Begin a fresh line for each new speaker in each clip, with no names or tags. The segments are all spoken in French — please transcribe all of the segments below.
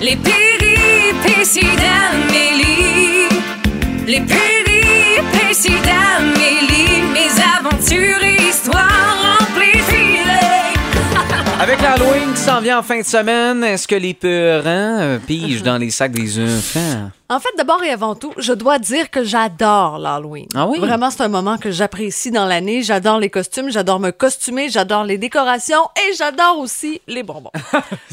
Les péripéties d'Amélie. Les péripéties d'Amélie. Mes aventures et histoires amplifiées.
Avec l'Halloween qui s'en vient en fin de semaine, est-ce que les parents euh, pigent dans les sacs des enfants?
En fait, d'abord et avant tout, je dois dire que j'adore l'Halloween.
Ah oui?
Vraiment, c'est un moment que j'apprécie dans l'année. J'adore les costumes, j'adore me costumer, j'adore les décorations et j'adore aussi les bonbons.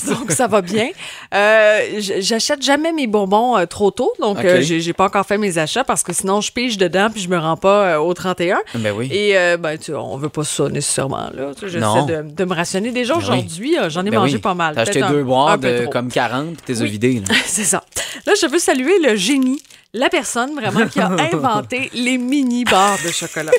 donc, ça va bien. Euh, j- j'achète jamais mes bonbons euh, trop tôt, donc
Ok.
euh, j'ai j'ai pas encore fait mes achats parce que sinon, je pige dedans puis je me rends pas euh, au 31.
Ben oui.
Et euh, ben, tu sais, on veut pas ça nécessairement. là. Tu sais,
Non.
J'essaie de, de me rationner. Déjà
oui.
aujourd'hui, euh, j'en ai
Ben
mangé
oui.
pas mal.
T'as acheté
Peut-être un-
deux
un
boîtes
peu
de
trop.
comme 40 puis t'es oui. vidé. Là.
C'est ça. Là, je veux saluer le génie, la personne vraiment qui a inventé les mini barres de chocolat.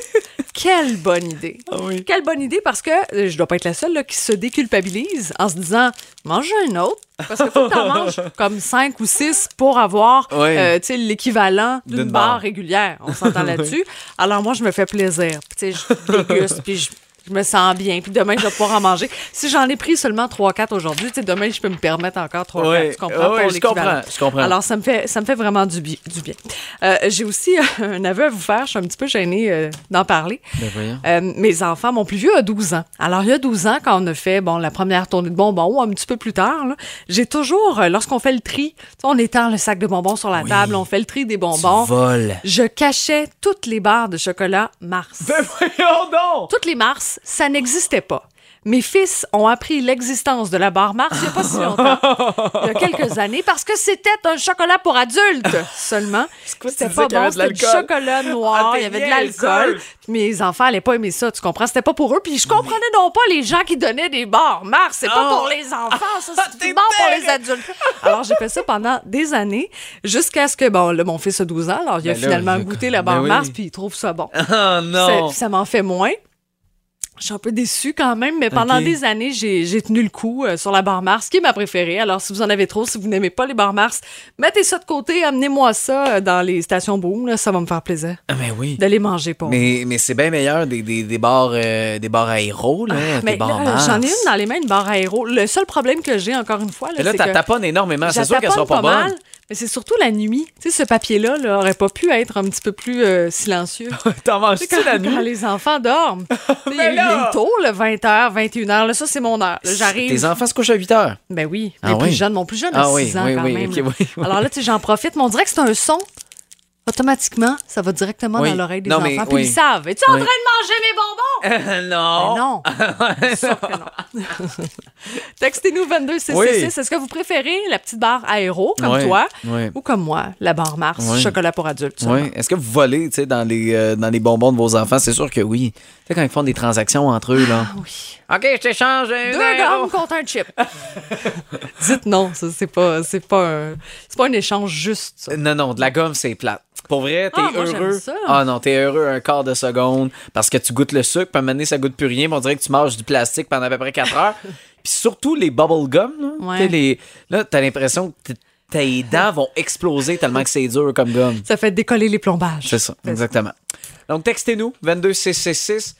Quelle bonne idée.
Ah
Quelle bonne idée parce que euh, je dois pas être la seule là, qui se déculpabilise en se disant mange un autre parce que faut que t'en manges comme cinq ou six pour avoir
Ouais.
euh, tu sais, l'équivalent d'une
D'une
barre.
barre.
régulière. On s'entend là-dessus. Alors moi je me fais plaisir. Puis, Tu sais, je déguste puis je je me sens bien, puis demain, je vais pouvoir en manger. Si j'en ai pris seulement 3-4 aujourd'hui, tu sais, demain, je peux me permettre encore 3-4.
Ouais.
Tu comprends?
Ouais,
pour
je
l'équivalent.
comprends, je comprends.
Alors, ça me fait, ça me fait vraiment du, bi- du bien. Euh, J'ai aussi euh, un aveu à vous faire. Je suis un petit peu gênée euh, d'en parler.
Ben voyons.
Euh, mes enfants, mon plus vieux a 12 ans. Alors, il y a 12 ans, quand on a fait bon, la première tournée de bonbons, ou un petit peu plus tard, là, j'ai toujours, euh, lorsqu'on fait le tri, tu sais, on étend le sac de bonbons sur la table, on fait le tri des bonbons.
Tu voles.
Je cachais toutes les barres de chocolat Mars.
voyons donc!
Toutes les Mars, ça n'existait pas. Mes fils ont appris l'existence de la barre Mars il n'y a pas si longtemps, il y a quelques années, parce que c'était un chocolat pour adultes seulement.
quoi, tu
C'était
disais
pas
qu'il y
bon,
avait de
c'était du
l'alcool?
chocolat
Ah,
noir,
t'es
il y avait de
niaiseuse!
l'alcool. Puis Mes enfants n'allaient pas aimer ça, tu comprends? C'était pas pour eux. Puis je comprenais non pas les gens qui donnaient des barres Mars. C'est pas
Oh!
pour les enfants, ça, c'est
T'es
bon pour les
terrible!
adultes. Alors j'ai fait ça pendant des années, jusqu'à ce que, bon, là, mon fils a 12 ans, alors il a
Ben là,
finalement
je-
goûté la
ben
barre
oui.
Mars, puis il trouve ça bon.
Oh non!
Ça, ça m'en fait moins. Je suis un peu déçue quand même, mais pendant
Ok.
des années, j'ai j'ai tenu le coup euh, sur la barre Mars, qui est ma préférée. Alors, si vous en avez trop, si vous n'aimez pas les barres Mars, mettez ça de côté, amenez-moi ça euh, dans les stations Boom. là, ça va me faire plaisir
Ah, ben oui.
de les manger pour vous.
Mais, mais c'est bien meilleur des, des, des bars euh, des bars aéro, là,
Ah, Mais
des bars
là,
Mars.
j'en ai une dans les mains, une barre aéro. Le seul problème que j'ai, encore une fois, là,
Mais là,
c'est
t'en
que
taponnes énormément. C'est sûr qu'elles sont
j'attaponne
pas,
pas
bonnes.
mal, mais c'est surtout la nuit. Tu sais, ce papier-là là, aurait pas pu être un petit peu plus euh, silencieux.
T'en
Tu sais,
manges-tu
quand,
la
quand
nuit? Ben
les enfants dorment. Tu sais, Il y a eu
là!
les tôt, le 20h, 21h. Là, ça, c'est mon heure. Là,
Tes
J'arrive.
enfants se couchent à 8 heures.
Ben oui,
Ah
mes plus
oui.
jeunes. Mon plus jeune a
Ah oui,
6 ans
oui,
quand
oui,
même.
ok, oui, oui.
Alors là, tu sais, j'en profite, mais on dirait que c'est un son. Automatiquement, ça va directement
Oui.
dans l'oreille des
Non,
enfants.
mais
puis
oui.
ils savent. Es-tu en
Oui. Oh.
train de
non.
manger mes bonbons? Ben non. C'est sûr que non. Textez-nous 22 666. Est-ce que vous préférez la petite barre aéro, comme
Oui,
toi,
oui.
ou comme moi, la barre Mars,
Oui.
chocolat pour adultes? seulement?
Oui. Est-ce que vous volez tu sais, dans, les, euh, dans les bonbons de vos enfants? C'est sûr que oui. Tu sais, quand ils font des transactions entre eux, là.
Ah Oui.
OK, je t'échange un
Deux gommes contre un chip. Dites non, ça c'est pas c'est pas un c'est pas un échange juste. ça.
Non, non, de la gomme, c'est plate. Pour vrai, t'es
Ah, moi, j'aime
heureux.
ça.
Ah non, t'es heureux un quart de seconde parce que tu goûtes le sucre, puis à un moment donné, ça goûte plus rien, puis on dirait que tu manges du plastique pendant à peu près 4 heures. puis surtout les bubble gum, là,
Ouais.
t'sais, les- là, t'as l'impression que t- tes dents vont exploser tellement que c'est dur comme gomme.
Ça fait décoller les plombages.
C'est ça, exactement. Donc textez-nous, 22666.